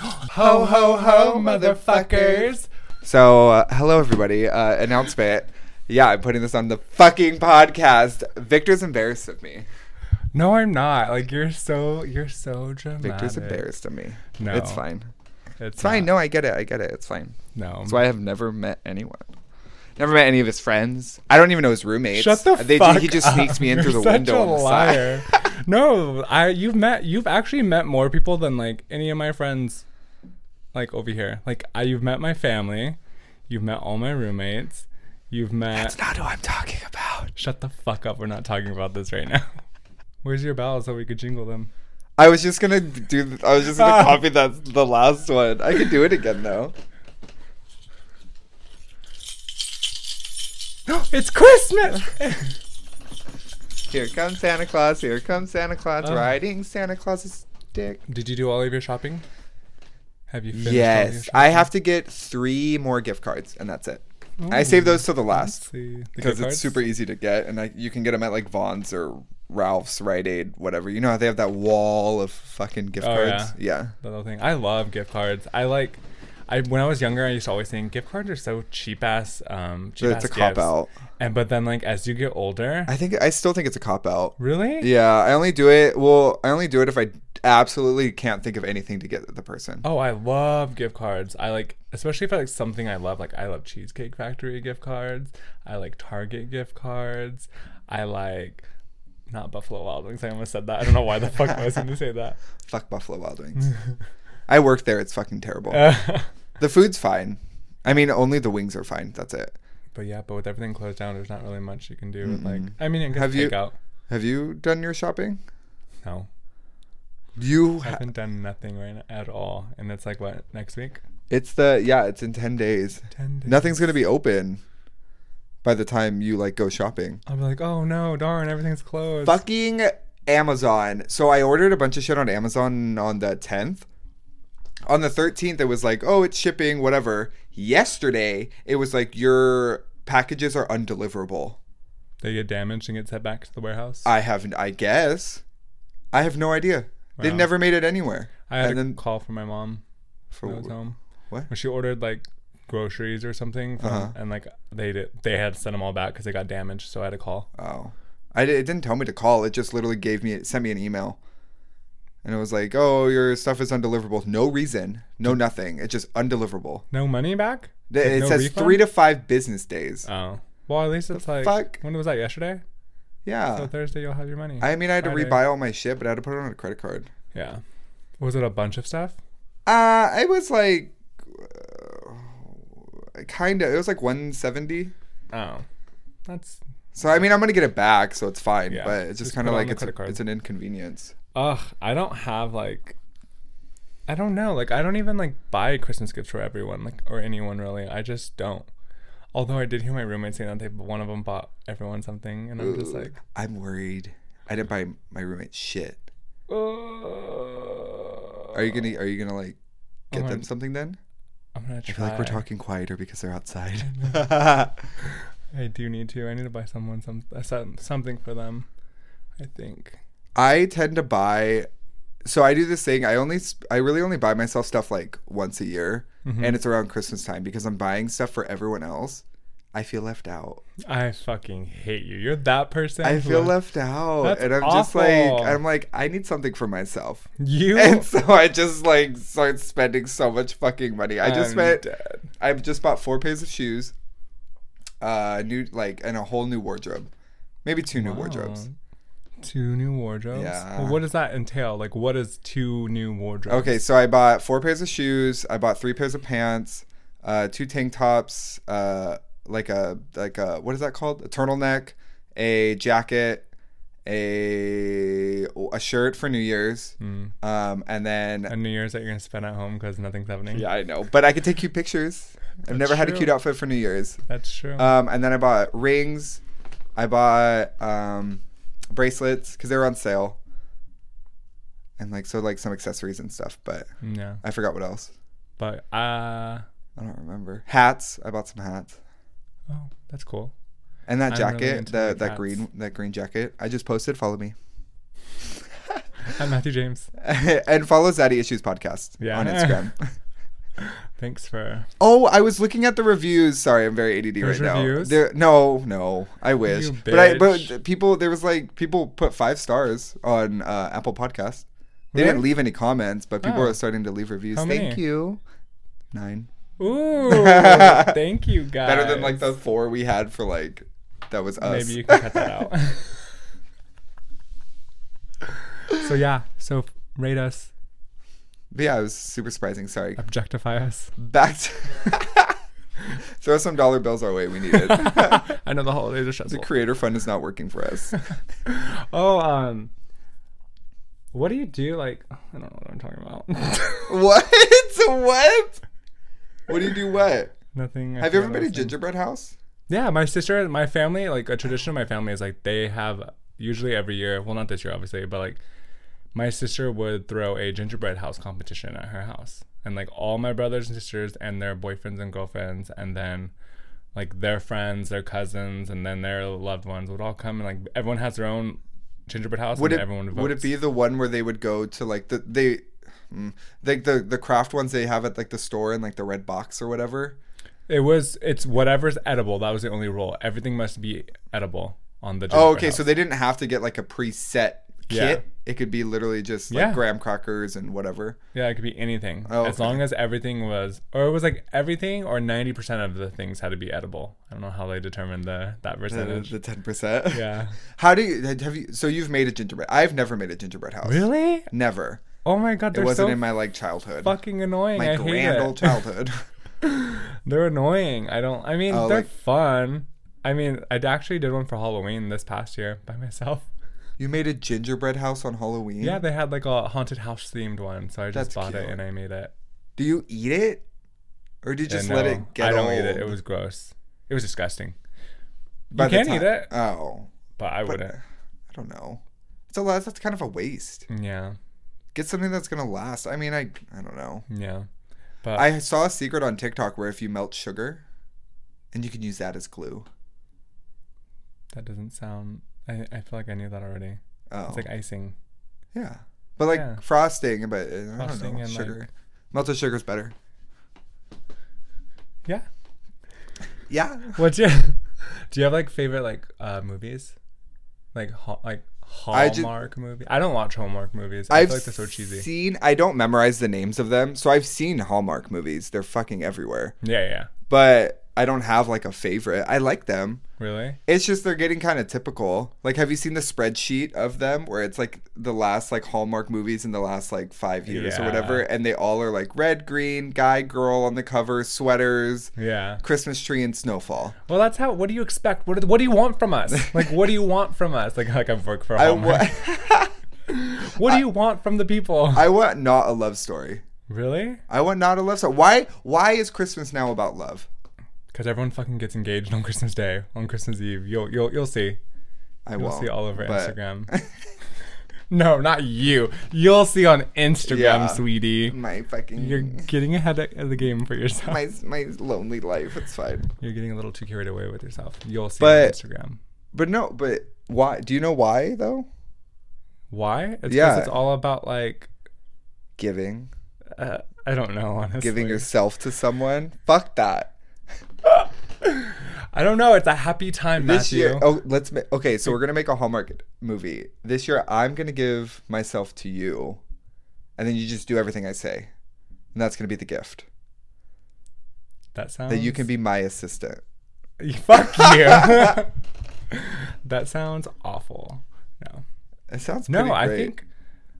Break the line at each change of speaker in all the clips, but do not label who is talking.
Ho ho ho, motherfuckers!
So, uh, hello everybody. Uh, announcement. Yeah, I'm putting this on the fucking podcast. Victor's embarrassed of me.
No, I'm not. Like you're so you're so dramatic.
Victor's embarrassed of me.
No.
it's fine.
It's
It's fine.
not.
No, I get it. I get it. It's fine.
No.
That's why I have never met anyone. Never met any of his friends. I don't even know his roommates. Uh,
Shut the
They-
fuck
He just
up.
sneaks me in
You're
through the
such
window.
A
on the side.
liar. no, I you've met you've actually met more people than like any of my friends, like over here. Like I, you've met my family, you've met all my roommates, you've met.
That's not who I'm talking about.
Shut the fuck up. We're not talking about this right now. Where's your bells so we could jingle them?
I was just gonna do. th- I was just
Ah.
gonna copy that the last one. I could do it again though.
it's Christmas.
Here comes Santa Claus. Here comes Santa Claus
Oh.
riding Santa Claus's dick.
Did you do all of your shopping? Have you finished? all of your
Yes,
shopping?
I have to get three more gift cards, and that's it. I
Oh.
save those to the last because it's super e easy to get, and I, you can get them at like Vaughn's or Ralph's, Rite Aid, whatever. You know how they have that wall of fucking gift
Oh,
cards? Yeah.
The little thing. I love gift cards. I like. I when I was younger, I used to always think gift cards are so cheap ass. Um, cheap ass
It's a cop
gifts."
out.
And but then like as you get older,
I think I still think it's a cop out.
really?
Yeah, I only do it. Well, I only do it if I absolutely can't think of anything to get the person.
Oh, I love gift cards. I like, especially if I like something I love. Like I love Cheesecake Factory gift cards. I like Target gift cards. I like. Not Buffalo Wild Wings. I almost said that. I don't know why the fuck I was going to say that.
Fuck Buffalo Wild Wings. I work there. It's fucking terrible.
Oh,
the food's fine. I mean, only the wings are fine. That's it.
but yeah, but with everything closed down, there's not really much you can do. With, like, I mean, I guess
Have you-
takeout.
Have you done your shopping?
No,
You.
I
Ha-
haven't done nothing right now at all, and it's like what next week?
it's the yeah. It's in ten days.
Ten days.
Nothing's gonna be open by the time you like go shopping.
I'll be like, oh no, darn, everything's closed.
Fucking Amazon. So I ordered a bunch of shit on Amazon on the tenth. On the thirteenth, it was like, oh, it's shipping, whatever. Yesterday, it was like your packages are undeliverable.
They get damaged and get sent back to the warehouse. I,
I have, I guess, I have no idea. They
Wow.
never made it anywhere.
had a
and then-
call from my mom
For
when I was home.
what?
When she ordered like groceries or something, from,
Uh-huh.
and like they did, they had to send them all back because they got damaged. So I had a call.
Oh, I di- it didn't tell me to call. It just literally gave me it sent me an email, and it was like, "Oh, your stuff is undeliverable. No reason, no nothing. It's just undeliverable."
No money back.
Th-
Like,
it
no
says
refund?
three to five business days.
Oh, well, at least it's like
fuck?
when was that? Yesterday. So
yeah,
Thursday you'll have your money.
I mean, I had to
Friday.
rebuy all my shit, but I had to put it on a credit card.
yeah. Was it a bunch of stuff?
Uh, it was like, uh, kind of. It was like one seventy.
Oh, that's
So I mean, I'm gonna get it back, so it's fine.
Yeah,
But it's just,
just
kind
put
of
it on
like
the
it's a,
credit card.
it's an inconvenience.
Ugh, I don't have like I don't know. Like I don't even like buy Christmas gifts for everyone, like or anyone really. I just don't. Although I did hear my roommate saying that they one of them bought everyone something and I'm just like
I'm worried. I didn't buy my roommate shit.
Ugh.
Are you gonna Are you gonna like get
my-
them something then?
I'm gonna
I
try.
feel like we're talking quieter because they're outside.
I do need to. I need to buy someone some uh, some- something for them. I think.
I tend to buy. So I do this thing. I only sp- I really only buy myself stuff like once a year,
Mm-hmm.
and it's around Christmas time because I'm buying stuff for everyone else. I feel left out.
I fucking hate you. You're that person.
I
who-
feel left out,
That's
and I'm just like
awful.
I'm like I need something for myself.
You
And so I just like start spending so much fucking money. I just
I'm
spent.
dead.
I've just bought four pairs of shoes, uh, new like and a whole new wardrobe, maybe two new wardrobes.
Oh, Two new wardrobes.
Yeah.
Well, what does that entail? Like, what is two new wardrobes?
Okay, so I bought four pairs of shoes. I bought three pairs of pants, uh, two tank tops, uh, like a like a what is that called? A turtleneck, a jacket, a a shirt for New Year's,
Hmm.
um, and then
A New Year's that you're gonna spend at home because nothing's happening.
yeah, I know, but I could take cute pictures. I've never had a
true.
cute outfit for New Year's.
That's true.
Um, and then I bought rings. I bought um, bracelets because they were on sale, and like so like some accessories and stuff. But
yeah.
I forgot what else.
But uh,
I don't remember. Hats. I bought some hats.
oh, that's cool.
And that
I'm really
jacket,
into,
the,
like,
that
hats.
green that green jacket. I just posted. Follow me.
I'm Matthew James.
and follow Zaddy Issues Podcast
Yeah.
on Instagram.
Thanks for
oh, I was looking at the reviews. Sorry, I'm very ADD
There's
right
reviews?
now. There, no, no, I wish.
You
But I,
bitch.
but people, there was like people put five stars on uh, Apple Podcast. They didn't
Really?
leave any comments, but people
Oh.
are starting to leave reviews.
How
Thank
many?
you. Nine.
ooh. thank you guys.
Better than like the four we had for like that was us.
Maybe you can cut that out. so yeah. So rate us,
But yeah, it was super surprising. Sorry.
objectify us.
Back to throw some dollar bills our way. We need it.
I know the holidays are stressful.
Creator fund is not working for us.
oh, um, what do you do? Like, I don't know what I'm talking about.
what? What? What do you do? What?
Nothing. I
Have you
forgot
ever
what I
been to
was saying.
gingerbread house?
Yeah, my sister, and my family, like a tradition of my family is like they have usually every year. Well, not this year, obviously, but like my sister would throw a gingerbread house competition at her house, and like all my brothers and sisters and their boyfriends and girlfriends, and then like their friends, their cousins, and then their loved ones would all come, and like everyone has their own gingerbread house,
Would
and
it
everyone votes.
would it be the one where they would go to like the they mm, like the the craft ones they have at like the store in like the red box or whatever?
It was. It's whatever's edible. That was the only rule. Everything must be edible on the.
Oh,
gingerbread
okay.
house.
So they didn't have to get like a preset kit.
Yeah.
It could be literally just like
Yeah.
graham crackers and whatever.
Yeah, it could be anything.
Oh,
as
okay.
long as everything was, or it was like everything, or ninety percent of the things had to be edible. I don't know how they determined the that
The
percentage.
the ten percent.
yeah.
How do you have you? So you've made a gingerbread. I've never made a gingerbread house.
Really?
Never.
Oh my god,
It
they're
wasn't
so
in my like childhood.
fucking annoying.
my
I hate
grand
it.
old childhood.
They're annoying. I don't. I mean,
Oh,
they're
like-
fun. I mean, I actually did one for Halloween this past year by myself.
you made a gingerbread house on Halloween.
Yeah, they had like a haunted house themed one, so I just
That's
bought it
cute.
and I made it.
Do you eat it, or do you just
And
let
no,
it get
I don't
old?
eat it. It was gross. It was disgusting.
By
you
the
can eat
time-
it,
Oh,
but I
but
wouldn't.
I don't know. It's a lot. That's kind of a waste.
Yeah,
Get something that's gonna last. I mean, I I don't know.
yeah. But
I saw a secret on TikTok where if you melt sugar, and you can use that as glue.
That doesn't sound. I, I feel like I knew that already.
Oh,
It's like icing.
yeah. But like
yeah.
frosting, but uh, I don't
Frosting
know.
and,
Sugar, melted sugar's better.
Yeah.
Yeah.
What's your? Do you have like favorite like uh movies, like ha- like
I ju-
Hallmark movie? I don't watch Hallmark movies. I
I've
feel like they're so cheesy.
seen. I don't memorize the names of them, so I've seen Hallmark movies. They're fucking everywhere.
yeah, yeah.
But I don't have like a favorite. I like them.
Really?
It's just they're getting kind of typical. Like, have you seen the spreadsheet of them where it's like the last like Hallmark movies in the last like five years or
Yeah.
whatever, and they all are like red, green, guy, girl on the cover, sweaters,
Yeah.
Christmas tree, and snowfall.
Well, that's how. What do you expect? What do, What do you want from us? Like, what do you want from us? Like, like I've worked for
I
Hallmark.
want,
what do you want from the people?
I want not a love story.
really?
I want not a love story. Why? Why is Christmas now about love?
Because everyone fucking gets engaged on Christmas Day, on Christmas Eve. You'll you'll you'll see.
I
You'll
won't
see all over
but-
Instagram. no, not you. You'll see on Instagram,
Yeah.
sweetie.
My fucking
You're getting ahead of the game for yourself.
my my lonely life. It's fine.
You're getting a little too carried away with yourself. You'll see
But-
on Instagram.
But no, but why? Do you know why though?
Why? It's 'cause
Yeah.
it's all about like
Giving,
uh, I don't know, honestly.
giving yourself to someone. Fuck that.
I don't know. It's a happy time,
This
Matthew.
year, oh, let's ma- okay. So we're gonna make a Hallmark movie this year. I'm gonna give myself to you, and then you just do everything I say, and that's gonna be the gift
that sounds.
that you can be my assistant.
Fuck you. that sounds awful. No.
It sounds
No,
pretty
I
great.
think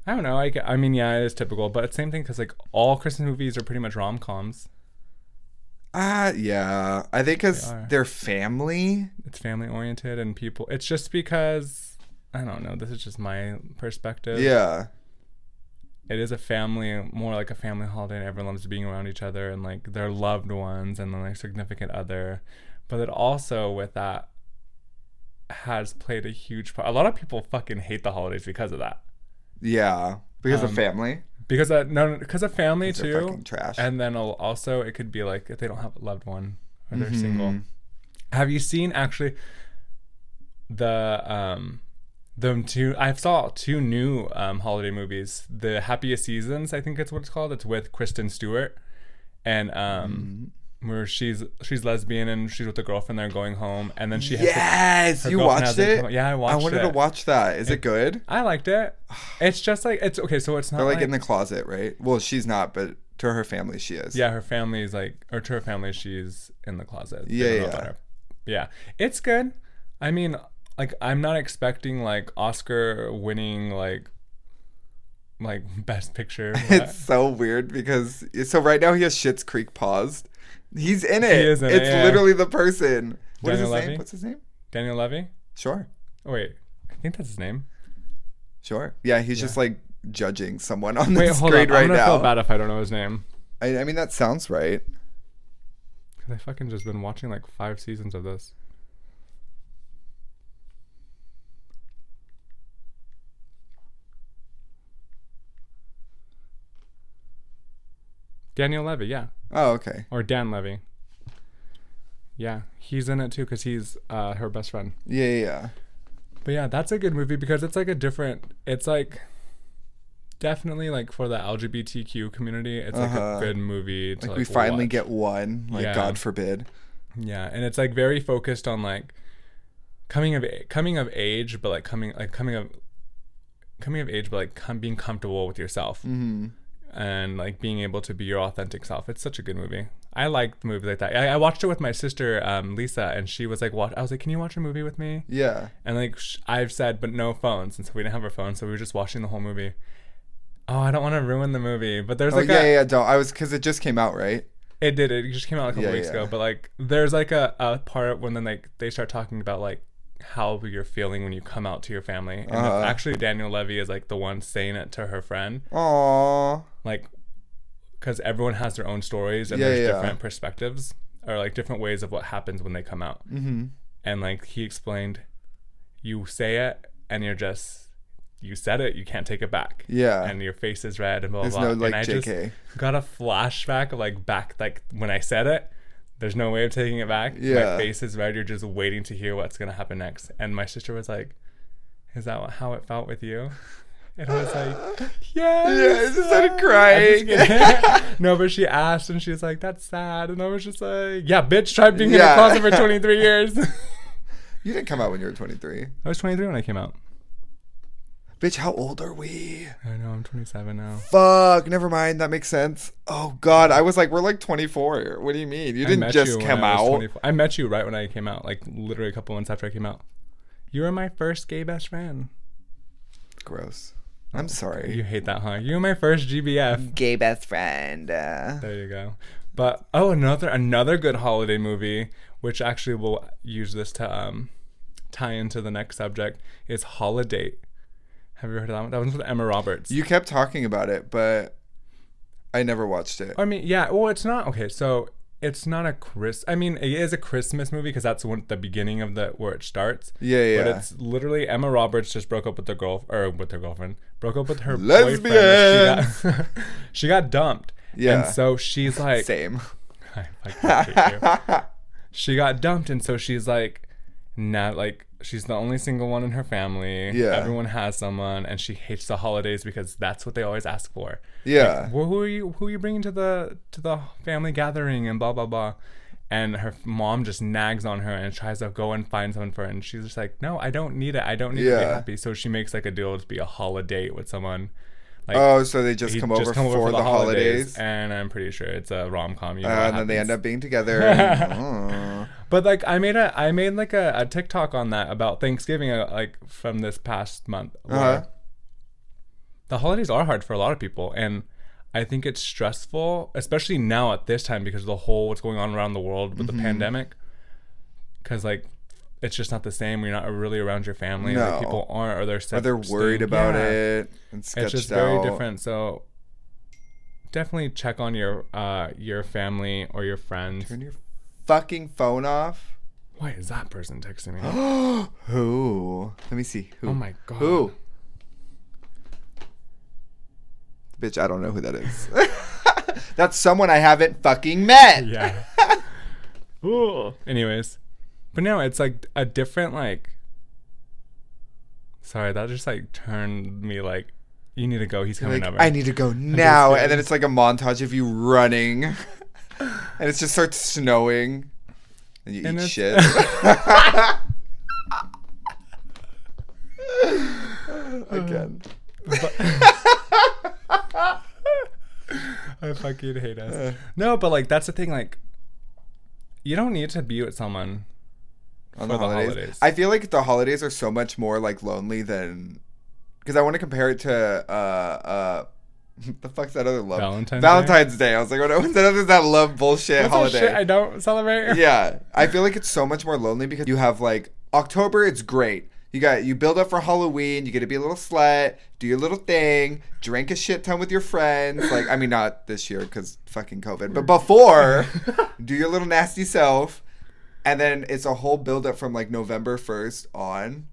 I don't know. I, g- I mean, yeah, it is typical, but it's same thing because like all Christmas movies are pretty much rom coms.
ah yeah, I think because
They are.
they're family.
It's family oriented and people. It's just because I don't know. This is just my perspective.
Yeah,
it is a family, more like a family holiday, and everyone loves being around each other and like their loved ones and then like significant other. But it also with that has played a huge part. A lot of people fucking hate the holidays because of that.
yeah, because of
Um,
family.
Because of, no, because of family
They're
too.
fucking trash.
And then al- also, it could be like if they don't have a loved one or
Mm-hmm.
they're single. Have you seen actually the um them two. I saw two new um, holiday movies. The Happiest Seasons, I think it's what it's called. It's with Kristen Stewart, and um,
Mm-hmm.
where she's she's lesbian and she's with a girlfriend. They're going home, and then she has to-
Yes,
her
you
girlfriend
watched
has a
it.
co- yeah, I watched
I wanted
it.
to watch that. Is it good?
I liked it. It's just like it's okay. So it's not
They're
like,
like in the closet, right? Well, she's not, but to her family, she is.
yeah. Her family is like, or to her family, she's in the closet. They
Yeah,
don't know
yeah.
about her. yeah. It's good. I mean, like I'm not expecting like Oscar winning like like best picture. but-
It's so weird because so right now he has Shit's Creek paused. He's in it.
is in it,
it's
yeah.
literally the person. What
Daniel
is his
Levy?
name? What's his name?
Daniel Levy.
Sure,
Oh, wait, I think that's his name.
sure. Yeah, he's just like judging someone on the
Wait, hold on.
screen
I'm
right
gonna feel
now.
bad if I don't know his name.
I, I mean, that sounds right.
Cause I fucking just been watching like five seasons of this. Daniel Levy, yeah,
Oh, okay.
or Dan Levy. Yeah, he's in it too because he's uh, her best friend.
Yeah, yeah, yeah.
But yeah, that's a good movie because it's like a different. It's like definitely like for the LGBTQ community. It's
Uh-huh.
like a good movie. To,
Like
like,
we finally
watch.
get one. Like
Yeah.
God forbid.
Yeah, and it's like very focused on like coming of coming of age, but like coming like coming of coming of age, but like com- being comfortable with yourself
Mm-hmm.
and like being able to be your authentic self. It's such a good movie. I liked movies like that. I, I watched it with my sister um, Lisa, and she was like, "Watch." I was like, "Can you watch a movie with me?"
Yeah.
And like sh- I've said, but no phones, and so we didn't have our phones, so we were just watching the whole movie. Oh, I don't want to ruin the movie, but there's
Oh,
like
yeah,
a,
yeah. Don't. I was because it just came out, right?
it did. It just came out a couple
Yeah,
weeks
yeah.
ago. But like, there's like a, a part when then like they start talking about like how you're feeling when you come out to your family, and
Uh-huh.
it's actually Daniel Levy is like the one saying it to her friend,
Aw.
like because everyone has their own stories and
Yeah,
there's
yeah.
different perspectives or like different ways of what happens when they come out.
Mm-hmm.
And like he explained, you say it and you're just you said it, you can't take it back.
Yeah.
And your face is red and blah blah.
There's
blah.
no
And
like
I just-
JK.
got a flashback of like back like when I said it. There's no way of taking it back.
Yeah.
My face is red. You're just waiting to hear what's gonna happen next. And my sister was like, "Is that how it felt with you?" And I was like,
Yeah,
"Yes."
I just started
I
crying.
just get- no, but she asked, and she was like, "That's sad." And I was just like, "Yeah, bitch, try being
Yeah.
in the closet for 23 years."
you didn't come out when you were 23.
I was 23 when I came out.
Bitch, how old are we?
I know I'm 27 now.
Fuck, never mind. That makes sense. Oh God, I was like, we're like 24. What do you mean? You
I
didn't
met
just
you when
come
I was
out.
24. I met you right when I came out, like literally a couple months after I came out. You were my first gay best friend.
Gross. I'm sorry.
Oh, You hate that, huh? You were my first GBF.
Gay best friend. Uh,
There you go. But oh, another another good holiday movie, which actually will use this to um, tie into the next subject is Holiday. Have you heard of that one? That one's with Emma Roberts.
you kept talking about it, but I never watched it.
I mean, yeah. Well, it's not okay. So it's not a Chris. I mean, it is a Christmas movie because that's when the beginning of the where it starts.
Yeah, yeah.
But it's literally Emma Roberts just broke up with her girl or with her girlfriend. Broke up with her
Lesbian.
boyfriend. She got, she got dumped.
Yeah.
And so she's like,
Same.
I fucking hate you. she got dumped, and so she's like, now like she's the only single one in her family.
Yeah.
Everyone has someone, and she hates the holidays because that's what they always ask for.
Yeah.
Well, who are you? Who are you bringing to the to the family gathering and blah blah blah? And her mom just nags on her and tries to go and find someone for her. And she's just like, no, I don't need it. I don't need to be
Yeah.
happy. So she makes like a deal to be a holiday with someone. Like,
Oh, so they just
you
come over for, the, holidays,
And I'm pretty sure it's a rom com. You know
uh,
what
and then they
happens.
end up being together. Oh. and-
But like I made a I made like a, a TikTok on that about Thanksgiving uh, like from this past month. where
Uh-huh.
The holidays are hard for a lot of people and I think it's stressful, especially now at this time because of the whole what's going on around the world
Mm-hmm.
with the pandemic. Cuz like it's just not the same. You're not really around your family. Like,
No.
people aren't or they're
Or
sep-
they're
staying-
worried about
Yeah.
it and sketched
It's just
out.
very different. So definitely check on your uh your family or your friends.
Turn your fucking phone off.
Why is that person texting me?
who? Let me see. Who?
Oh my god.
Who? Bitch, I don't know who that is. That's someone I haven't fucking met.
Yeah. Anyways, but no, it's like a different like Sorry, that just like turned me like, you need to go. He's coming
Like,
over.
I need to go now.
scared.
And then it's like a montage of you running. and it just starts snowing. And you
And
eat
it's-
shit. Again.
I fucking hate
Uh.
us. No, but like that's the thing. Like, you don't need to be with someone.
On
For the
the holidays.
holidays.
I feel like the holidays are so much more like lonely than because I want to compare it to uh uh the fuck's that other love
Valentine's Day?
Valentine's Day. I was like, what what's that other that love bullshit
That's all
holiday?
shit I don't celebrate.
yeah i feel like it's so much more lonely because you have like october it's great you got you build up for halloween you get to be a little slut do your little thing drink a shit ton with your friends like i mean not this year because fucking covid but before do your little nasty self and then it's a whole build up from like november 1st on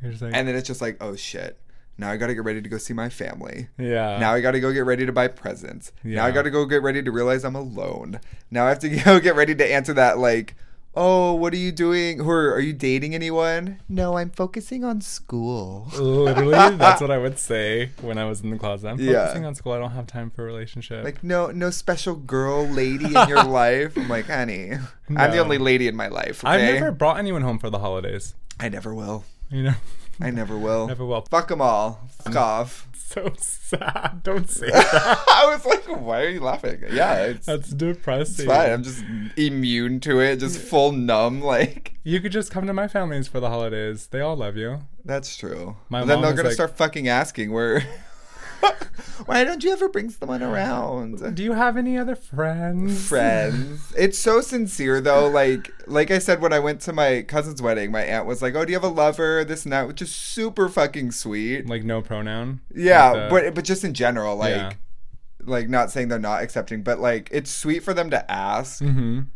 You're just like,
and then it's just like oh shit now i gotta get ready to go see my family
yeah.
now I got to go get ready to buy presents. Now I
Yeah.
got to go get ready to realize I'm alone. Now I have to go get ready to answer that like, "Oh, what are you doing? Or are you dating anyone?" No, I'm focusing on school.
Literally, that's what I would say when I was in the closet. I'm
Yeah.
focusing on school. I don't have time for a relationship.
Like, no, no special girl lady in your life. I'm like, honey, I'm the
No.
only lady in my life.
I've
okay?
never brought anyone home for the holidays.
I never will.
You know,
I never will.
never Mm. will.
Fuck them all. Fuck off.
So sad. Don't say that.
I was like, why are you laughing? Yeah, it's,
That's
it's
depressing.
fine. I'm just immune to it. Just full numb. Like.
You could just come to my family's for the holidays. They all love you.
That's true.
My
But then
mom
they're
is
gonna
like-
start fucking asking where. Why don't you ever bring someone around?
Do you have any other friends?
Friends. It's so sincere though. Like, like I said when I went to my cousin's wedding, my aunt was like, "Oh, do you have a lover?" This and that, which is super fucking sweet.
Like no pronoun.
yeah,
Like the-
but but just in general, like,
Yeah.
like not saying they're not accepting, but like it's sweet for them to ask.
Mhm.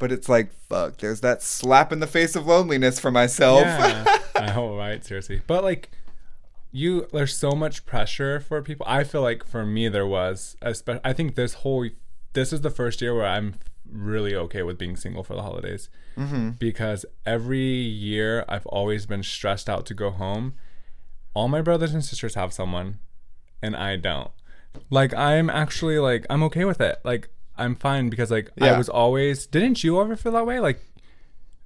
But it's like, fuck. There's that slap in the face of loneliness for myself.
Yeah. I know, right? Seriously. But like you there's so much pressure for people. I feel like for me there was especially I think this whole this is the first year where I'm really okay with being single for the holidays. Because every year I've always been stressed out to go home. All my brothers and sisters have someone and I don't. Like I'm actually like I'm okay with it. Like I'm fine because like
Yeah.
I was always didn't you ever feel that way? Like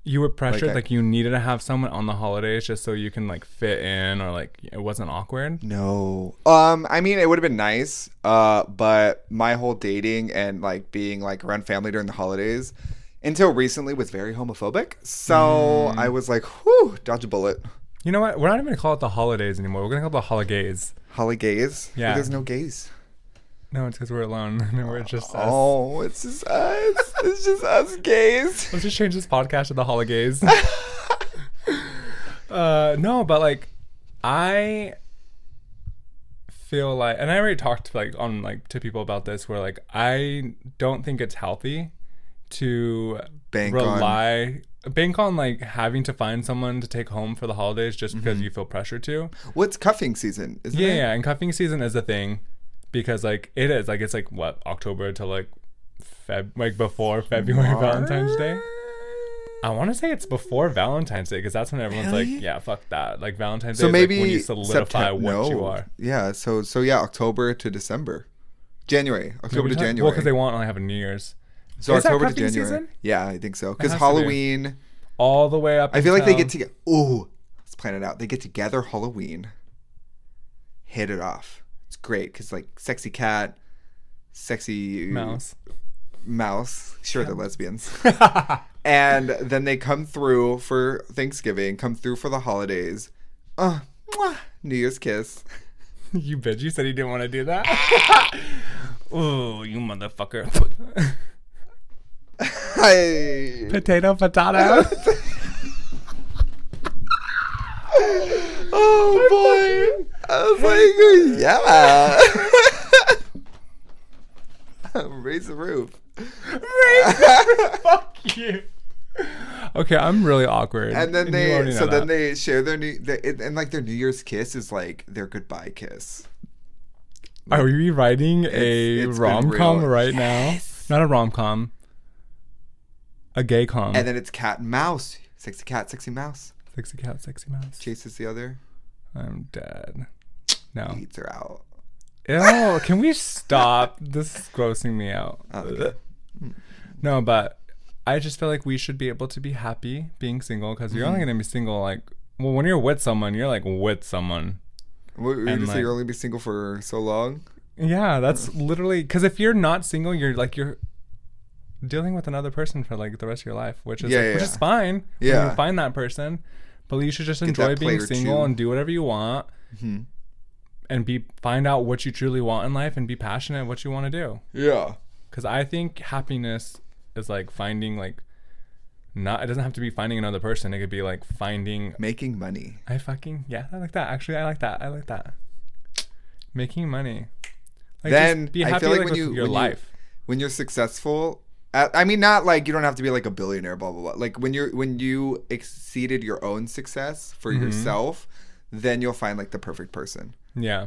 you were pressured
I-
like you needed to have someone on the holidays just so you can like fit in or like it wasn't awkward
No. Um, I mean, it would have been nice, uh, but my whole dating and like being like around family during the holidays until recently was very homophobic. So
Mm.
I was like, whew, dodge a bullet.
you know what we're not even gonna call it the holidays anymore we're gonna call it the holidays
Holly gays. But
Yeah.
There's no gays.
no it's because we're alone no we're just us.
Oh, it's just us. it's just us gays.
let's just change this podcast to the holidays uh no but like i feel like and i already talked like on like to people about this where like i don't think it's healthy to
Bank on-
rely bank on like having to find someone to take home for the holidays just because
Mm-hmm.
you feel pressured to
What's cuffing season? Isn't
yeah
it?
yeah and cuffing season is a thing because like it is like it's like what october to like feb like before february valentine's day I want to say it's before Valentine's Day because that's when everyone's
Really?
like, "Yeah, fuck that." Like Valentine's
So
Day
maybe
is like when you solidify
Septem-
what you
no.
are.
Yeah. So so yeah, October to December, January, October to January.
Well, because they want to have a New Year's
So
Is that
October to
cuffing
January.
season?
Yeah, I think so. Because
has to be. Um,
Halloween.
all the way up.
I feel like they get together. Ooh, let's plan it out. They get together Halloween. Hit it off. It's great because like sexy cat, sexy
mouse.
mouse. Sure, they're lesbians. and then they come through for Thanksgiving. Come through for the holidays. Uh, mwah, New Year's kiss.
you bitch! You said you didn't want to do that. Ooh, you motherfucker!
Hey.
potato, potato.
Oh boy! I was like, yeah. Raise the roof.
Fuck you. Okay, I'm really awkward.
and then
you
they,
already
so
know
then
that.
they share their new, their, and and, like their New Year's kiss is like their goodbye kiss.
Are we writing a
it's been
rom com
real.
right now? Not a rom com. A gay com.
And then it's cat and mouse, sexy cat, sexy mouse
sexy cat, sexy mouse.
chases the other.
I'm dead. No.
Beats are out.
Ew, can we stop? This is grossing me out.
Okay.
No, but I just feel like we should be able to be happy being single because you're only
Mm-hmm.
going to be single like, well, when you're with someone, you're like with someone.
What, you
And,
just say
like-
you're only be single for so long.
Yeah, that's literally because if you're not single, you're like, you're dealing with another person for like the rest of your life, which is,
Yeah,
like,
yeah,
which
yeah.
is fine. when
Yeah.
You find that person, but you should just
that
enjoy being
player
single
too. Mm-hmm.
and do whatever you want. And be find out what you truly want in life and be passionate at what you want to do.
Yeah.
because I think happiness is like finding like not it doesn't have to be finding another person. It could be like finding
Making money.
I fucking yeah, I like that. Actually, I like that. I like that. Making money. Like, just
Then, I feel like when
with
you-
your
when you-
life.
When you're successful, I, I mean, not like you don't have to be like a billionaire, blah blah blah. Like when you're when you exceeded your own success for
Mm-hmm.
yourself, then you'll find like the perfect person
yeah.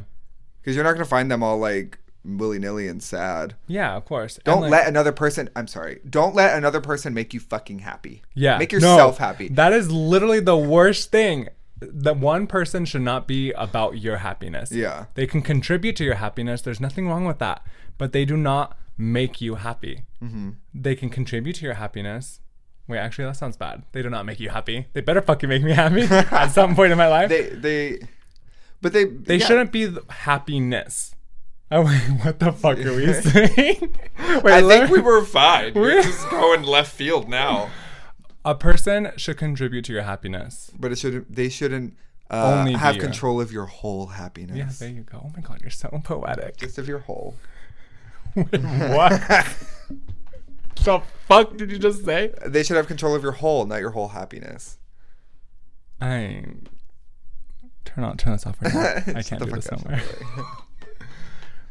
because you're not gonna find them all like willy nilly and sad.
Yeah, of course. And,
Don't
like-
let another person. I'm sorry. Don't let another person make you fucking happy.
yeah
Make
no,
yourself happy.
That is literally the worst thing. That one person should not be about your happiness.
Yeah.
They can contribute to your happiness. There's nothing wrong with that, but they do not make you happy.
Mm-hmm.
They can contribute to your happiness. Wait, actually, that sounds bad. They do not make you happy. They better fucking make me happy at some point in my life. They,
They they, but they they
shouldn't be the happiness. Oh, wait, what the fuck are we saying? Wait,
I
let
think
me-
we were fine. We're
We're-
just going left field now.
a person should contribute to your happiness.
But it should they shouldn't uh,
Only
have
be a-
control of your whole
Yeah,
happiness.
there you go. Oh my god, you're so poetic.
Just of your whole.
what? the fuck did you just say?
They should have control of your whole, not your whole happiness.
I turn on turn this off right now. I can't do this somewhere.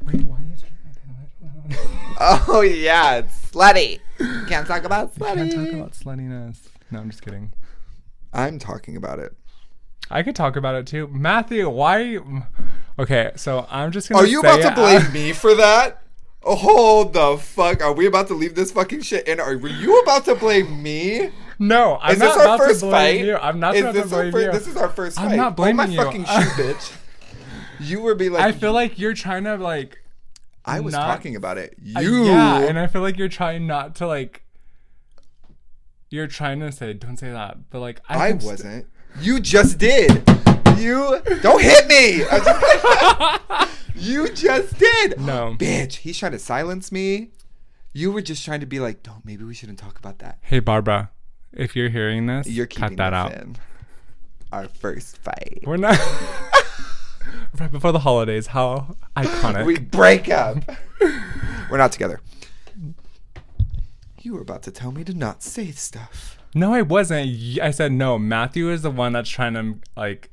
Wait, why is
Oh yeah, it's slutty. Can't talk about
Can't talk
slutty.
about sluttiness. No, I'm just kidding.
I'm talking about it.
I could talk about it too, Matthew. Why? Okay, so I'm just gonna.
Are you
say
about to
it
blame
out-
me for that? Oh, hold the fuck. Are we about to leave this fucking shit in? Are you about to blame me?
No, I'm
Is
not
this our
about
first
to blame
fight?
you. I'm not
Is
about
this
to
our
blame
fir-
you.
This is our first
I'm
fight.
not blaming
Hold my
you.
fucking shoe, bitch. You were be like,
I feel like you're trying to like.
I was
not-
talking about it. You,
Yeah, and I feel like you're trying not to like. You're trying to say, don't say that, but like
I,
can st-
wasn't. You just did. You don't hit me. I just- you just did.
No.
bitch. He's trying to silence me. You were just trying to be like, don't. Maybe we shouldn't talk about that.
Hey Barbara, if you're hearing this,
You're
cut
keeping
that
this
out.
in. Our first fight.
We're not right before the holidays. How iconic!
We break up. we're not together. You were about to tell me to not say stuff.
no, I wasn't. Y- I said no. Matthew is the one that's trying to like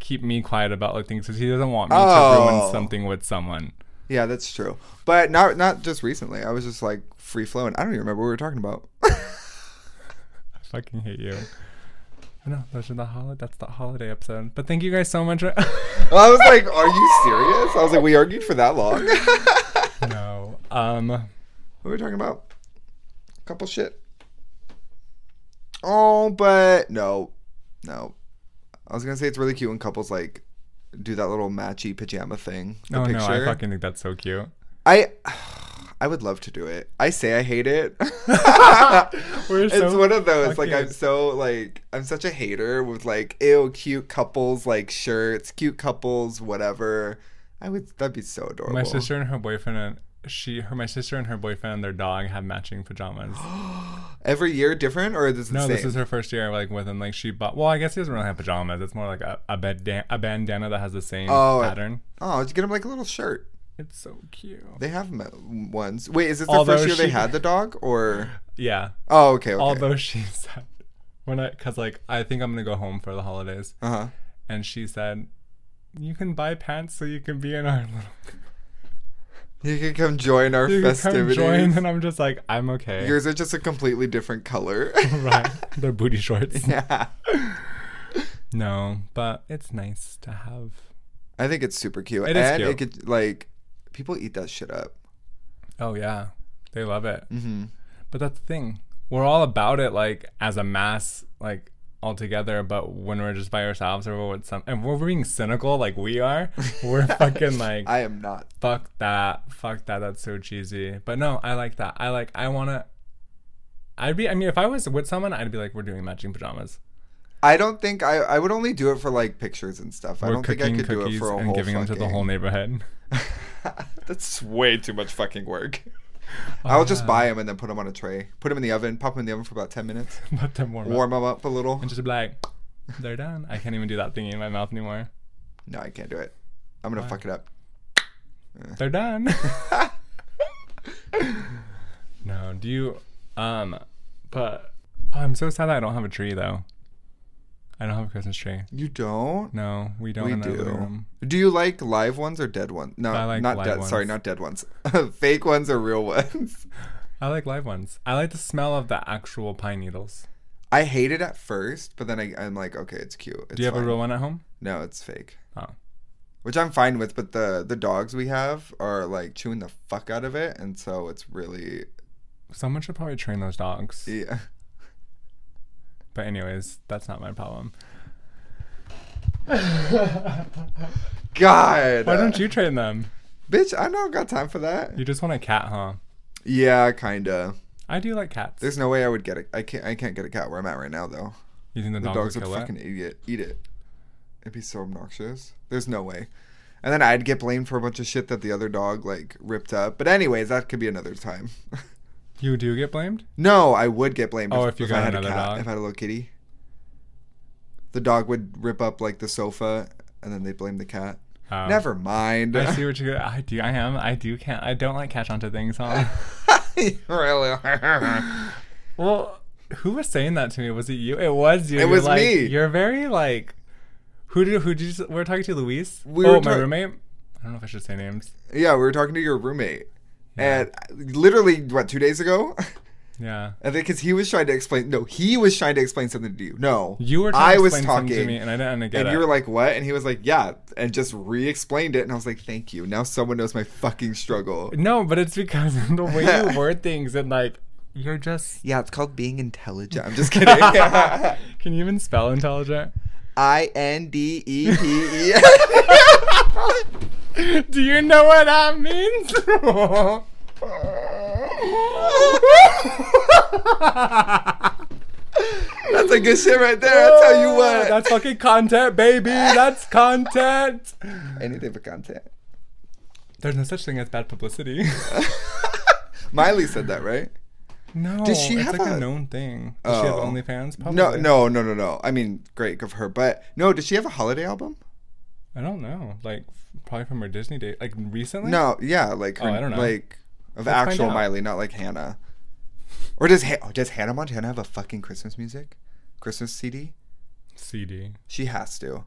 keep me quiet about like things because he doesn't want me to
Oh.
ruin something with someone.
Yeah, that's true. But not not just recently. I was just like free flowing. I don't even remember what we were talking about.
I fucking hate you. No, those are the holiday. That's the holiday episode. But thank you guys so much. For-
I was like, "Are you serious?" I was like, "We argued for that long." what
no. Um.
were we talking about? couple shit. Oh, but no, no. I was gonna say it's really cute when couples like do that little matchy pajama thing. The
oh
picture.
no, I fucking think that's so cute.
I I would love to do it. I say I hate it.
We're
it's
so
one of those like I'm
fucking-
so like I'm such a hater with like ew cute couples like shirts, cute couples, whatever. I would that'd be so adorable.
My sister and her boyfriend and she her my sister and her boyfriend and their dog have matching pajamas.
Every year different or this is the
No,
same?
this is her first year like with him. Like she bought. Well, I guess he doesn't really have pajamas. It's more like a a, bed a bandana that has the same
Oh, I-
pattern.
oh, did you get them like a little shirt?
It's so cute.
They have m- ones. Wait, is this the
Although
first year they
she-
had the dog or?
Yeah.
Oh, okay, okay.
Although she said when I because like I think I'm gonna go home for the holidays,
uh huh.
and she said you can buy pants so you can be in our little
You can come join our
you can come
festivities.
join. And I'm just like I'm okay.
Yours are just a completely different color.
right. They're booty shorts.
yeah.
No, but it's nice to have.
I think it's super cute.
It is
and it
cute.
could like people eat that shit up. Mm-hmm.
Oh yeah, they love it. But that's the thing. We're all about it, like as a mass, like all together, but when we're just by ourselves or we're with some, and we're being cynical like we are, we're fucking like,
I am not.
fuck that, fuck that, that's so cheesy. But no, I like that. I like, I wanna, I'd be, I mean, if I was with someone, I'd be like, we're doing matching pajamas.
I don't think I. I would only do it for like pictures and stuff. I
We're
don't think I
cooking
could do it
cookies
for a
and
whole
giving them to the
fucking-
whole neighborhood.
That's way too much fucking work. I'll
Uh,
just buy them and then put them on a tray. Put them in the oven. Pop them in the oven for about ten minutes.
Let them warm, up.
Warm them up a little.
And just be like, they're done. I can't even do that thingy in my mouth anymore.
No, I can't do it. I'm gonna fuck it up.
They're done. no, do you um but oh, I'm so sad that I don't have a tree though. I don't have a Christmas tree.
You don't.
No, we don't
We
in our
do.
living room.
Do you like live ones or dead ones? No,
I like
not
live
dead. Sorry,
ones.
not dead ones. Fake ones or real ones.
I like live ones. I like the smell of the actual pine needles.
I hate it at first, but then I, I'm like, okay, it's cute. It's
Do you have
fine.
a real one at home?
No, it's fake.
Oh.
Which I'm fine with, but the the dogs we have are like chewing the fuck out of it, and so it's really
Someone should probably train those dogs.
yeah.
But anyways, that's not my problem.
God,
Why don't you train them?
bitch? I don't got time for that.
You just want a cat, huh?
Yeah, kinda.
I do like cats.
There's no way I would get it. I can't. I can't get a cat where I'm at right now, though.
you think the,
The
dogs,
dogs would
would kill
fucking
it?
idiot eat it. It'd be so obnoxious. There's no way. And then I'd get blamed for a bunch of shit that the other dog like ripped up. But anyways, that could be another time.
You do get blamed?
No, I would get blamed.
Oh, if you got
I had
another
a cat,
dog?
if I had a little kitty, the dog would rip up like the sofa, and then they blame the cat.
Oh.
Never mind.
I see what you. I do. I am. I do. Can't. I don't like catch on to things. Huh?
really?
well, who was saying that to me? Was it you? It was you.
It
You're
was
like-
me.
You're very like. Who did who did you, we are talking to? Luis.
We
oh,
were
my
talk-
roommate. I don't know if I should say names.
yeah, we were talking to your roommate, and literally what two days ago.
Yeah.
I think because he was trying to explain. No, he was trying to explain something to you. No,
You were. Trying
I
to
was
explain something
talking,
to me, and I didn't get
and
it.
you were like, "What?" And he was like, "Yeah," and just re-explained it. And I was like, "Thank you." Now someone knows my fucking struggle.
no, but it's because of the way you word things and like you're just.
Yeah, it's called being intelligent. I'm just kidding.
Can you even spell intelligent?
I N D E P E.
Do you know what that means?
That's like good shit right there. I tell you what.
Oh, That's fucking content, baby. That's content.
Anything for content.
There's no such thing as bad publicity.
Miley said that, right?
no,
Does she
it's
have
like a,
a-
known thing. Does she have
Oh.
OnlyFans?
No, no, no, no, no. I mean, great of her, but no. Does she have a holiday album?
I don't know. Like f- probably from her Disney date, like recently.
No, yeah, like her,
Oh, I don't know.
like of
Let's find
actual
out.
Miley, not like Hannah. Or does ha- does Hannah Montana have a fucking Christmas music, Christmas CD?
CD.
She has to.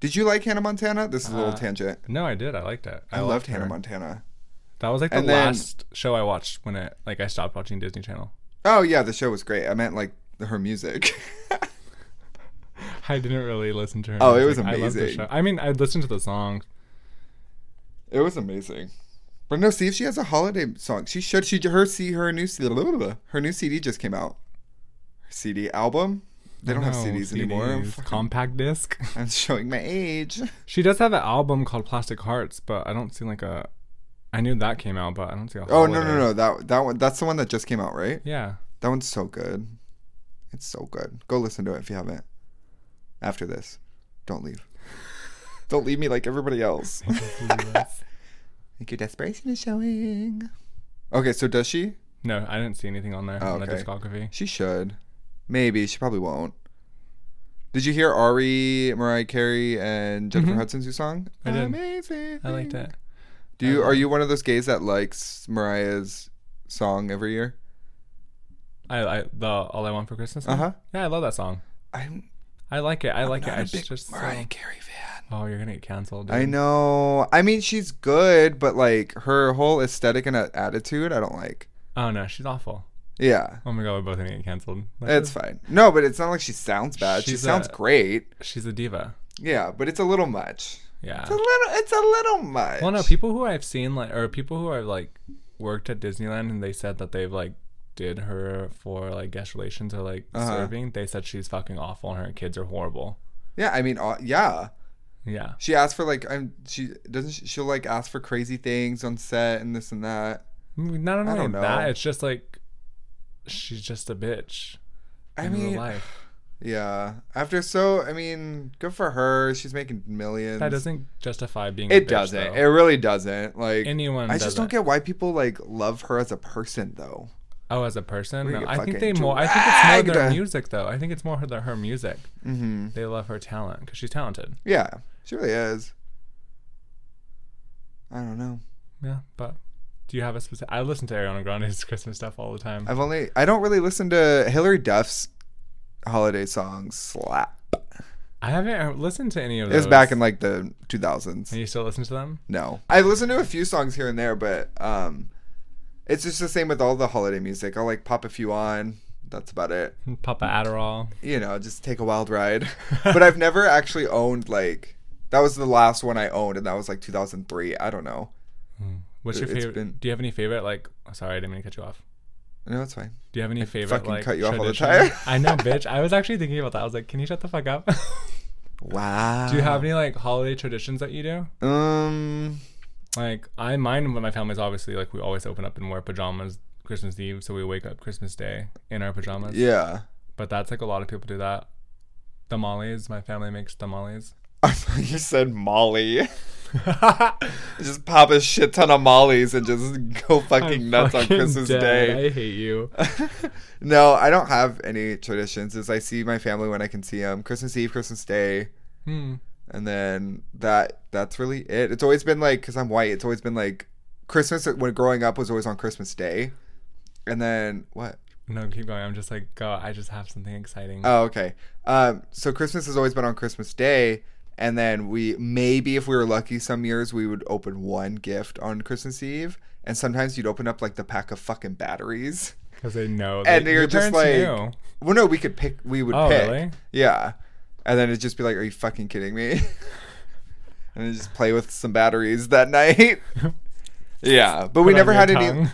Did you like Hannah Montana? This is a little
Uh,
tangent.
No, I did. I liked it.
I loved
her.
Hannah Montana.
That was like the
And then-
last show I watched when it like I stopped watching Disney Channel.
Oh yeah, the show was great. I meant like her music.
I didn't really listen to her.
Oh, it was
music. I loved the
amazing.
show. I mean, I listened to the song.
it was amazing. But no, see if she has a holiday song. She should. She her see her new CD. blah, blah, blah. Her new CD just came out. Her CD album. They don't have
No,
CDs, anymore. I'm,
CDs,
fucking-
Compact disc.
I'm showing my age.
She does have an album called Plastic Hearts, but I don't see like a. I knew that came out, but I don't see a.
Oh no no
holiday.
no that that one that's the one that just came out right.
Yeah,
That one's so good. It's so good. Go listen to it if you haven't. After this, don't leave. don't leave me like everybody else. Like your desperation is showing. Okay, so does she?
no, I didn't see anything on there
Oh,
on the
okay.
discography.
She should. Maybe. She probably won't. Did you hear Ari, Mariah Carey, and Jennifer Hudson's new song?
Mm-hmm. I did.
Amazing.
I liked it.
Do you are you one of those gays that likes Mariah's song every year?
I, I the All I Want for Christmas. song?
Uh-huh.
Yeah, I love that song.
I'm
I like it. I like it.
not a
It's
big
just um, so-
Mariah Carey fan.
oh, you're gonna get canceled.
I
dude.
know. I mean, she's good, but like her whole aesthetic and uh, attitude, I don't like.
Oh no, she's awful.
Yeah,
Oh my god, we're both gonna get canceled. Like,
it's fine. No, but it's not like she sounds bad. she
She's
sounds
a-
great.
she's a diva.
Yeah, but it's a little much.
Yeah.
It's a little. It's a little much.
Well, no, people who I've seen like or people who I've like worked at Disneyland and they said that they've like did her for like guest relations or like
Uh-huh.
serving, they said she's fucking awful and her kids are horrible.
Yeah, I mean, uh, yeah.
Yeah.
She asked for like, I'm. She doesn't. she- She'll like ask for crazy things on set and this and that.
Mm, Not only
don't know.
that, it's just like she's just a bitch
I
in
mean,
real life.
yeah. After so, I mean, good for her. She's making millions.
That doesn't justify being. a
uh, It
bitch,
doesn't.
though.
It really doesn't. Like
Anyone.
I just
doesn't.
don't get why people like love her as a person though.
Oh, as a person,
We
no,
get
I think they
fucking
more. I think it's more their
dragged.
music, though. I think it's more her their, her music.
Mm-hmm.
They love her talent because she's talented.
Yeah, she really is. I don't know.
Yeah, but do you have a specific? I listen to Ariana Grande's Christmas stuff all the time.
I've only I don't really listen to Hillary Duff's holiday songs. Slap.
I haven't listened to any of
It
those.
was back in like the 2000s.
And you still listen to them?
No. I've listened to a few songs here and there, but um it's just the same with all the holiday music. I'll like pop a few on. That's about it.
Papa Adderall.
You know, just take a wild ride. but I've never actually owned like that was the last one I owned and that was like 2003. I don't know.
What's your
It's
favorite?
been-
Do you have any favorite? Like, oh, sorry, I didn't mean to cut you off.
No, it's fine.
Do you have any favorite?
fucking
like,
cut you off all the
tradition?
time.
I know, bitch. I was actually thinking about that. I was like, can you shut the fuck up?
Wow.
do you
Uh.
have any like holiday traditions that you do?
Um
Like I mine with my family is obviously like we always open up and wear pajamas Christmas Eve, so we wake up Christmas Day in our pajamas.
yeah.
But that's like a lot of people do that. Tamales, my family makes tamales.
I thought you said Molly. just pop a shit ton of Mollies and just go fucking
I'm
nuts
fucking
on Christmas
dead.
Day.
I hate you.
no, I don't have any traditions. Is I see my family when I can see them. Christmas Eve, Christmas Day,
Hmm.
and then that that's really it. It's always been like because I'm white. It's always been like Christmas when growing up was always on Christmas Day, and then what?
No, keep going. I'm just like, God, I just have something exciting.
Oh, okay. Um, so Christmas has always been on Christmas Day, and then we maybe if we were lucky, some years we would open one gift on Christmas Eve, and sometimes you'd open up like the pack of fucking batteries.
Because they know.
And
they-
you're
your
just
parents
like-
knew.
Well, no, we could pick. We would
Oh,
pick.
really?
Yeah. And then it'd just be like, are you fucking kidding me? and then just play with some batteries that night. yeah. But we
Put on
never
your
had
tongue.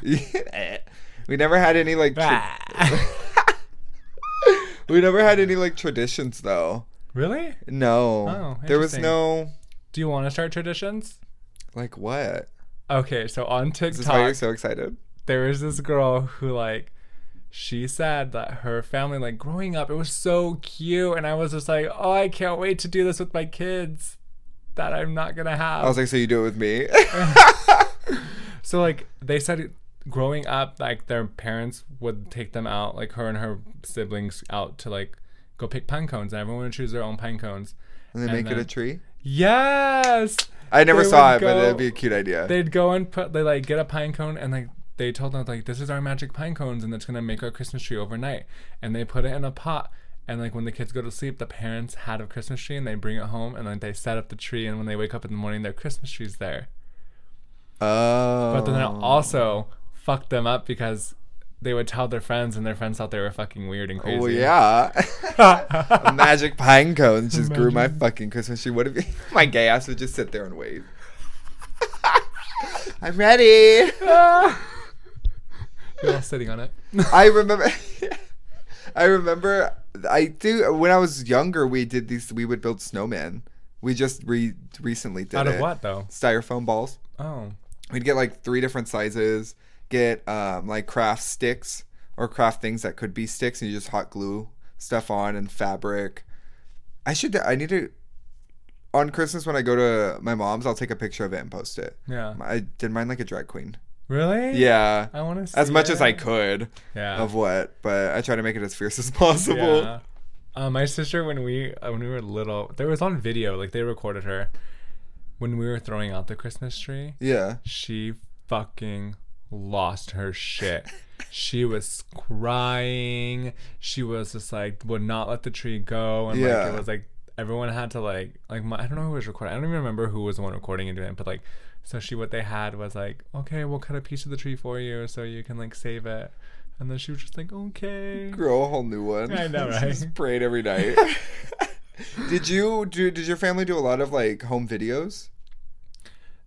any. we never had any like. Tra-
Ah.
we never had any like traditions though.
really?
No.
Oh,
there was
interesting.
no
Do you want to start traditions?
like what?
Okay, so on
Is this why
TikTok,
you're so excited?
there was this girl who like she said that her family like growing up it was so cute and i was just like oh i can't wait to do this with my kids that i'm not gonna have
I was like, so you do it with me?
so like they said it- growing up like their parents would take them out like her and her siblings out to like go pick pine cones and everyone would choose their own pine cones
and they
And
make it a
then-
tree?
yes
I never
They
saw it,
would
but
go-
it'd be a cute idea.
they'd go and put they like get a pine cone and like they told them like this is our magic pine cones and it's gonna make our Christmas tree overnight and they put it in a pot and like when the kids go to sleep the parents had a Christmas tree and they bring it home and like they set up the tree and when they wake up in the morning their Christmas tree's there
oh.
but then it also fucked them up because they would tell their friends and their friends thought they were fucking weird and crazy
Well, Oh, yeah. A magic pine cone just grew my fucking Christmas tree. What if my gay ass would just sit there and wave? I'm ready.
you're all sitting on it
I remember. I remember. I do. When I was younger, we did these. We would build snowmen. We just re- recently did
out
it.
of what though
Styrofoam balls.
oh
We'd get like three different sizes. Get um, like craft sticks or craft things that could be sticks, and you just hot glue stuff on and fabric. I should. I need to. On Christmas, when I go to my mom's, I'll take a picture of it and post it.
yeah
I did mine like a drag queen.
really
Yeah,
I want to see
as much as I
it.
could
Oh, yeah
of what, but I try to make it as fierce as possible.
Yeah. Uh, my sister, when we uh, when we were little, there was on video, like they recorded her when we were throwing out the Christmas tree.
Yeah.
She fucking lost her shit. she was crying. She was just like would not let the tree go, and
Yeah.
like it was like everyone had to like like my, I don't know who was recording. I don't even remember who was the one recording and doing it, but like. So she, what they had was like, okay, we'll cut a piece of the tree for you, so you can like save it, and then she was just like, okay.
grow a whole new one.
I know,
Just
right?
prayed every night. did you do? Did your family do a lot of like home videos?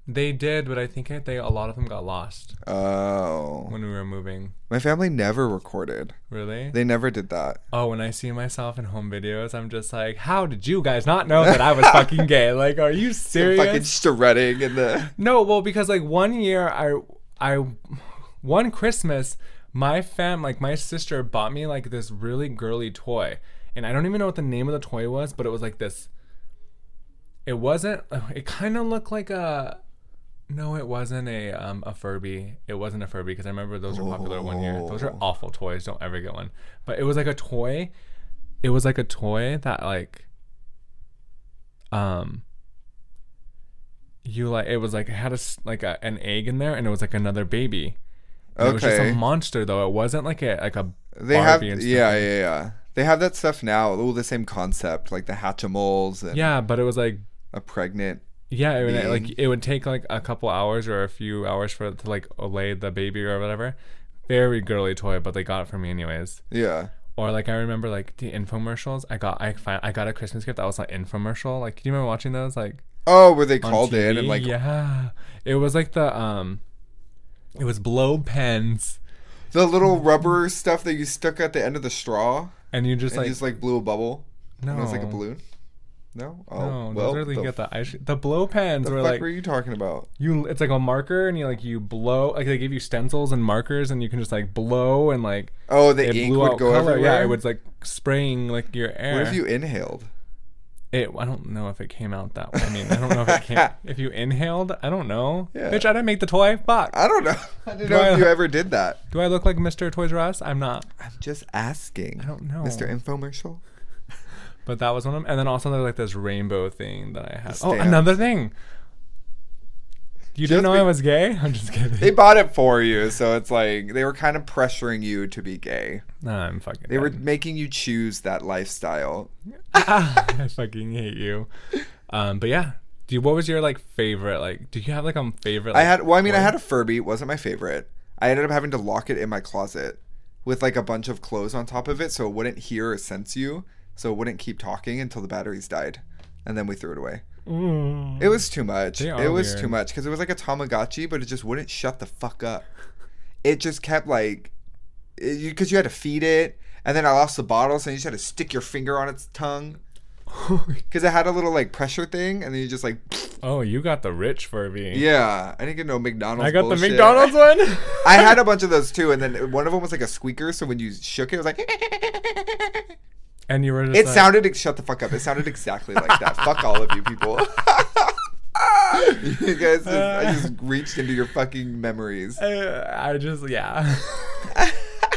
They did, but I think I- they a lot of them got lost
Oh.
when we were moving.
My family never recorded.
Really?
They never did that.
Oh, when I see myself in home videos, I'm just like, how did you guys not know that I was fucking gay? Like, are you serious?
Fucking shredding in the
No, well, because like one year I I one Christmas my fam like my sister bought me like this really girly toy, and I don't even know what the name of the toy was, but it was like this. It wasn't. It kind of looked like a. No, it wasn't a um, a Furby. It wasn't a Furby because I remember those were popular one year. Those are awful toys. Don't ever get one. But it was like a toy. It was like a toy that like um you like it was like it had a s- like a, an egg in there and it was like another baby. And It was just
Okay.
a monster though. It wasn't like a like a
They have
Barbie and stuff.
yeah, yeah, yeah. They have that stuff now. All the same concept, like the Hatchimals and
yeah, but it was like
a pregnant.
yeah, it would,
Being.
like it would take like a couple hours or a few hours for it to like lay the baby or whatever. Very girly toy, but they got it for me anyways.
Yeah.
Or like I remember like the infomercials. I got I find, I got a Christmas gift that was an infomercial. Like do you remember watching those? Like
Oh, where they
on
called in and
TV?
like
yeah, it was like the um, it was blow pens,
the little rubber stuff that you stuck at the end of the straw
and you just
and
like
just like blew a bubble.
no,
And it was like a balloon. No. Oh,
No,
well.
those are the,
the
you get the ice. The blow pens
the
were
fuck
like
were you talking about?
you. It's like a marker, and you like you blow. Like they give you stencils and markers, and you can just like blow and like
Oh, the
it
ink
blew
would
out
go
color.
everywhere.
Yeah, it was like spraying like your air.
What if you inhaled?
It, I don't know if it came out that way. I mean, I don't know if it came. if you inhaled, I don't know.
Yeah.
Bitch, I didn't make the toy. Fuck.
I don't know. I
Do
didn't know if
I-
you ever did that.
Do I look like Mr. Toys R Us? I'm not.
I'm just asking.
I don't know.
Mr. Infomercial.
But that was one of them. And then also there's like this rainbow thing that I had.
The
Oh,
stamps.
another thing. You
Just
didn't know
be-
I was gay? I'm just kidding.
They bought it for you, so it's like they were kind of pressuring you to be gay.
no, I'm fucking.
They were making you choose that lifestyle.
I fucking hate you. Um, but yeah. Do you, what was your like favorite? Like, do you have like a favorite?
I
like,
had, well, I mean, I
toy?
had a Furby. It wasn't my favorite. I ended up having to lock it in my closet with like a bunch of clothes on top of it, so it wouldn't hear or sense you, so it wouldn't keep talking until the batteries died, and then we threw it away.
Mm.
It was too much.
They are
It was
weird.
too much because it was like a Tamagotchi, but it just wouldn't shut the fuck up. It just kept like, because you, 'cause you had to feed it, and then I lost the bottle, so you just had to stick your finger on its tongue because it had a little like pressure thing, and then you just like,
oh, you got the rich Furby.
yeah, I didn't get no McDonald's.
I got the
bullshit.
McDonald's one.
I had a bunch of those too, and then one of them was like a squeaker. So when you shook it, it was like.
and you were just
It
like,
sounded ex- shut the fuck up. It sounded exactly like that. fuck all of you people. you guys, just, I just reached into your fucking memories.
Uh, I just yeah.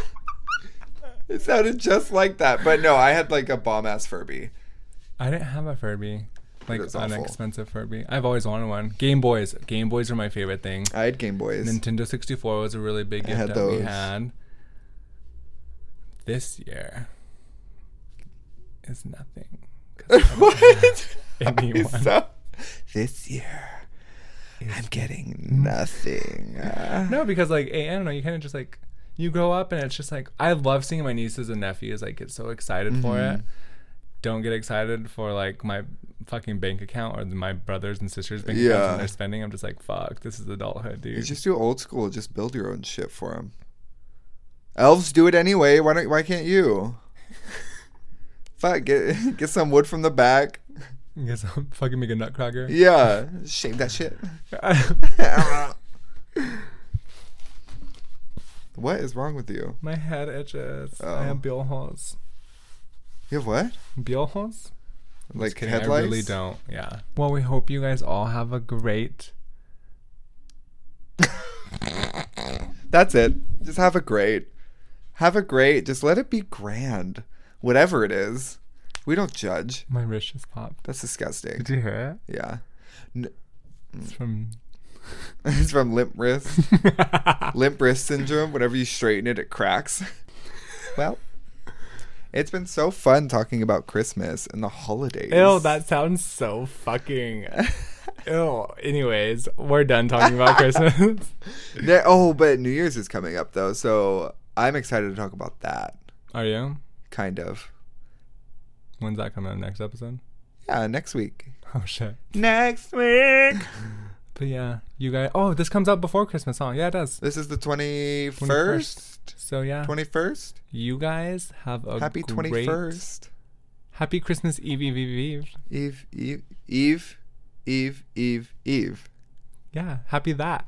It sounded just like that. But no, I had like a bomb ass Furby.
I didn't have a Furby, like
That's
an
awful.
expensive Furby. I've always wanted one. Game Boys, Game Boys are my favorite thing.
I had Game Boys.
Nintendo 64 was a really big gift
had
that we
those.
had. This year is nothing. 'Cause
what?
Anyone.
So, this year, I'm getting nothing. Uh,
No, because like I don't know, you kind of just like you grow up and it's just like I love seeing my nieces and nephews like get so excited for it.
Mm-hmm.
Don't get excited for like my fucking bank account or my brothers and sisters' bank accounts
Yeah.
and their spending. I'm just like, fuck, this is adulthood, dude.
you just do old school. Just build your own shit for them. Elves do it anyway. Why don't? Why can't you? Fuck. Get get some wood from the back.
I guess I'll fucking make a nutcracker.
Yeah, shave that shit. what is wrong with you?
my head itches.
Oh.
I have bill holes.
You have what?
Bill holes?
Like
Kidding, I
headlights?
really don't. Yeah. Well, we hope you guys all have a great.
That's it. Just have a great. Have a great. Just let it be grand. Whatever it is, we don't judge.
My wrist just popped.
That's disgusting.
Did you hear
Yeah,
it? It's from.
it's from limp wrist, limp wrist syndrome. Whenever you straighten it, it cracks. well, it's been so fun talking about Christmas and the holidays.
Ew, that sounds so fucking. Ew. Anyways, we're done talking about Christmas.
Ne- oh, but New Year's is coming up though, so I'm excited to talk about that.
Are you?
Kind of.
When's that coming up? Next episode?
Yeah, next week.
Oh shit.
Next week.
But yeah, you guys. Oh, this comes out before Christmas, huh? Yeah, it does.
This is the 21st?
So yeah,
21st?
you guys have a
Happy
great,
21st.
happy Christmas Eve, Eve, Eve, Eve.
Eve, Eve, Eve, Eve, Eve, Eve.
Yeah, happy that.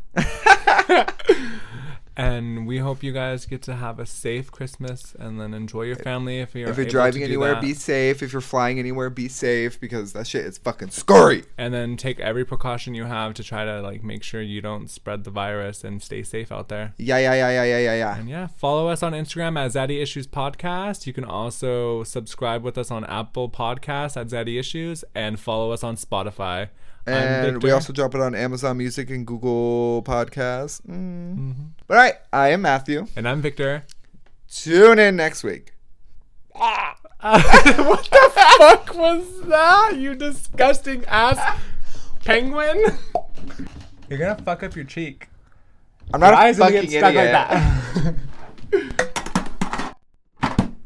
and we hope you guys get to have a safe Christmas and then enjoy your family if you're
If you're
able
driving
to do
anywhere,
that.
be safe. If you're flying anywhere, be safe because that shit is fucking scary.
and then take every precaution you have to try to like make sure you don't spread the virus and stay safe out there.
Yeah, yeah, yeah, yeah, yeah, yeah, yeah.
And yeah, follow us on Instagram at Zaddy Issues Podcast. You can also subscribe with us on Apple Podcasts at Zaddy Issues and follow us on Spotify. I'm
And we
Victor.
also drop it on Amazon Music and Google Podcasts. Mm.
Mm-hmm.
All right, I am Matthew.
and I'm Victor.
Tune in next week.
what the fuck was that? You disgusting ass penguin. You're gonna fuck up your cheek.
I'm not
Your
a
eyes gonna
fucking
get stuck
idiot.
like that.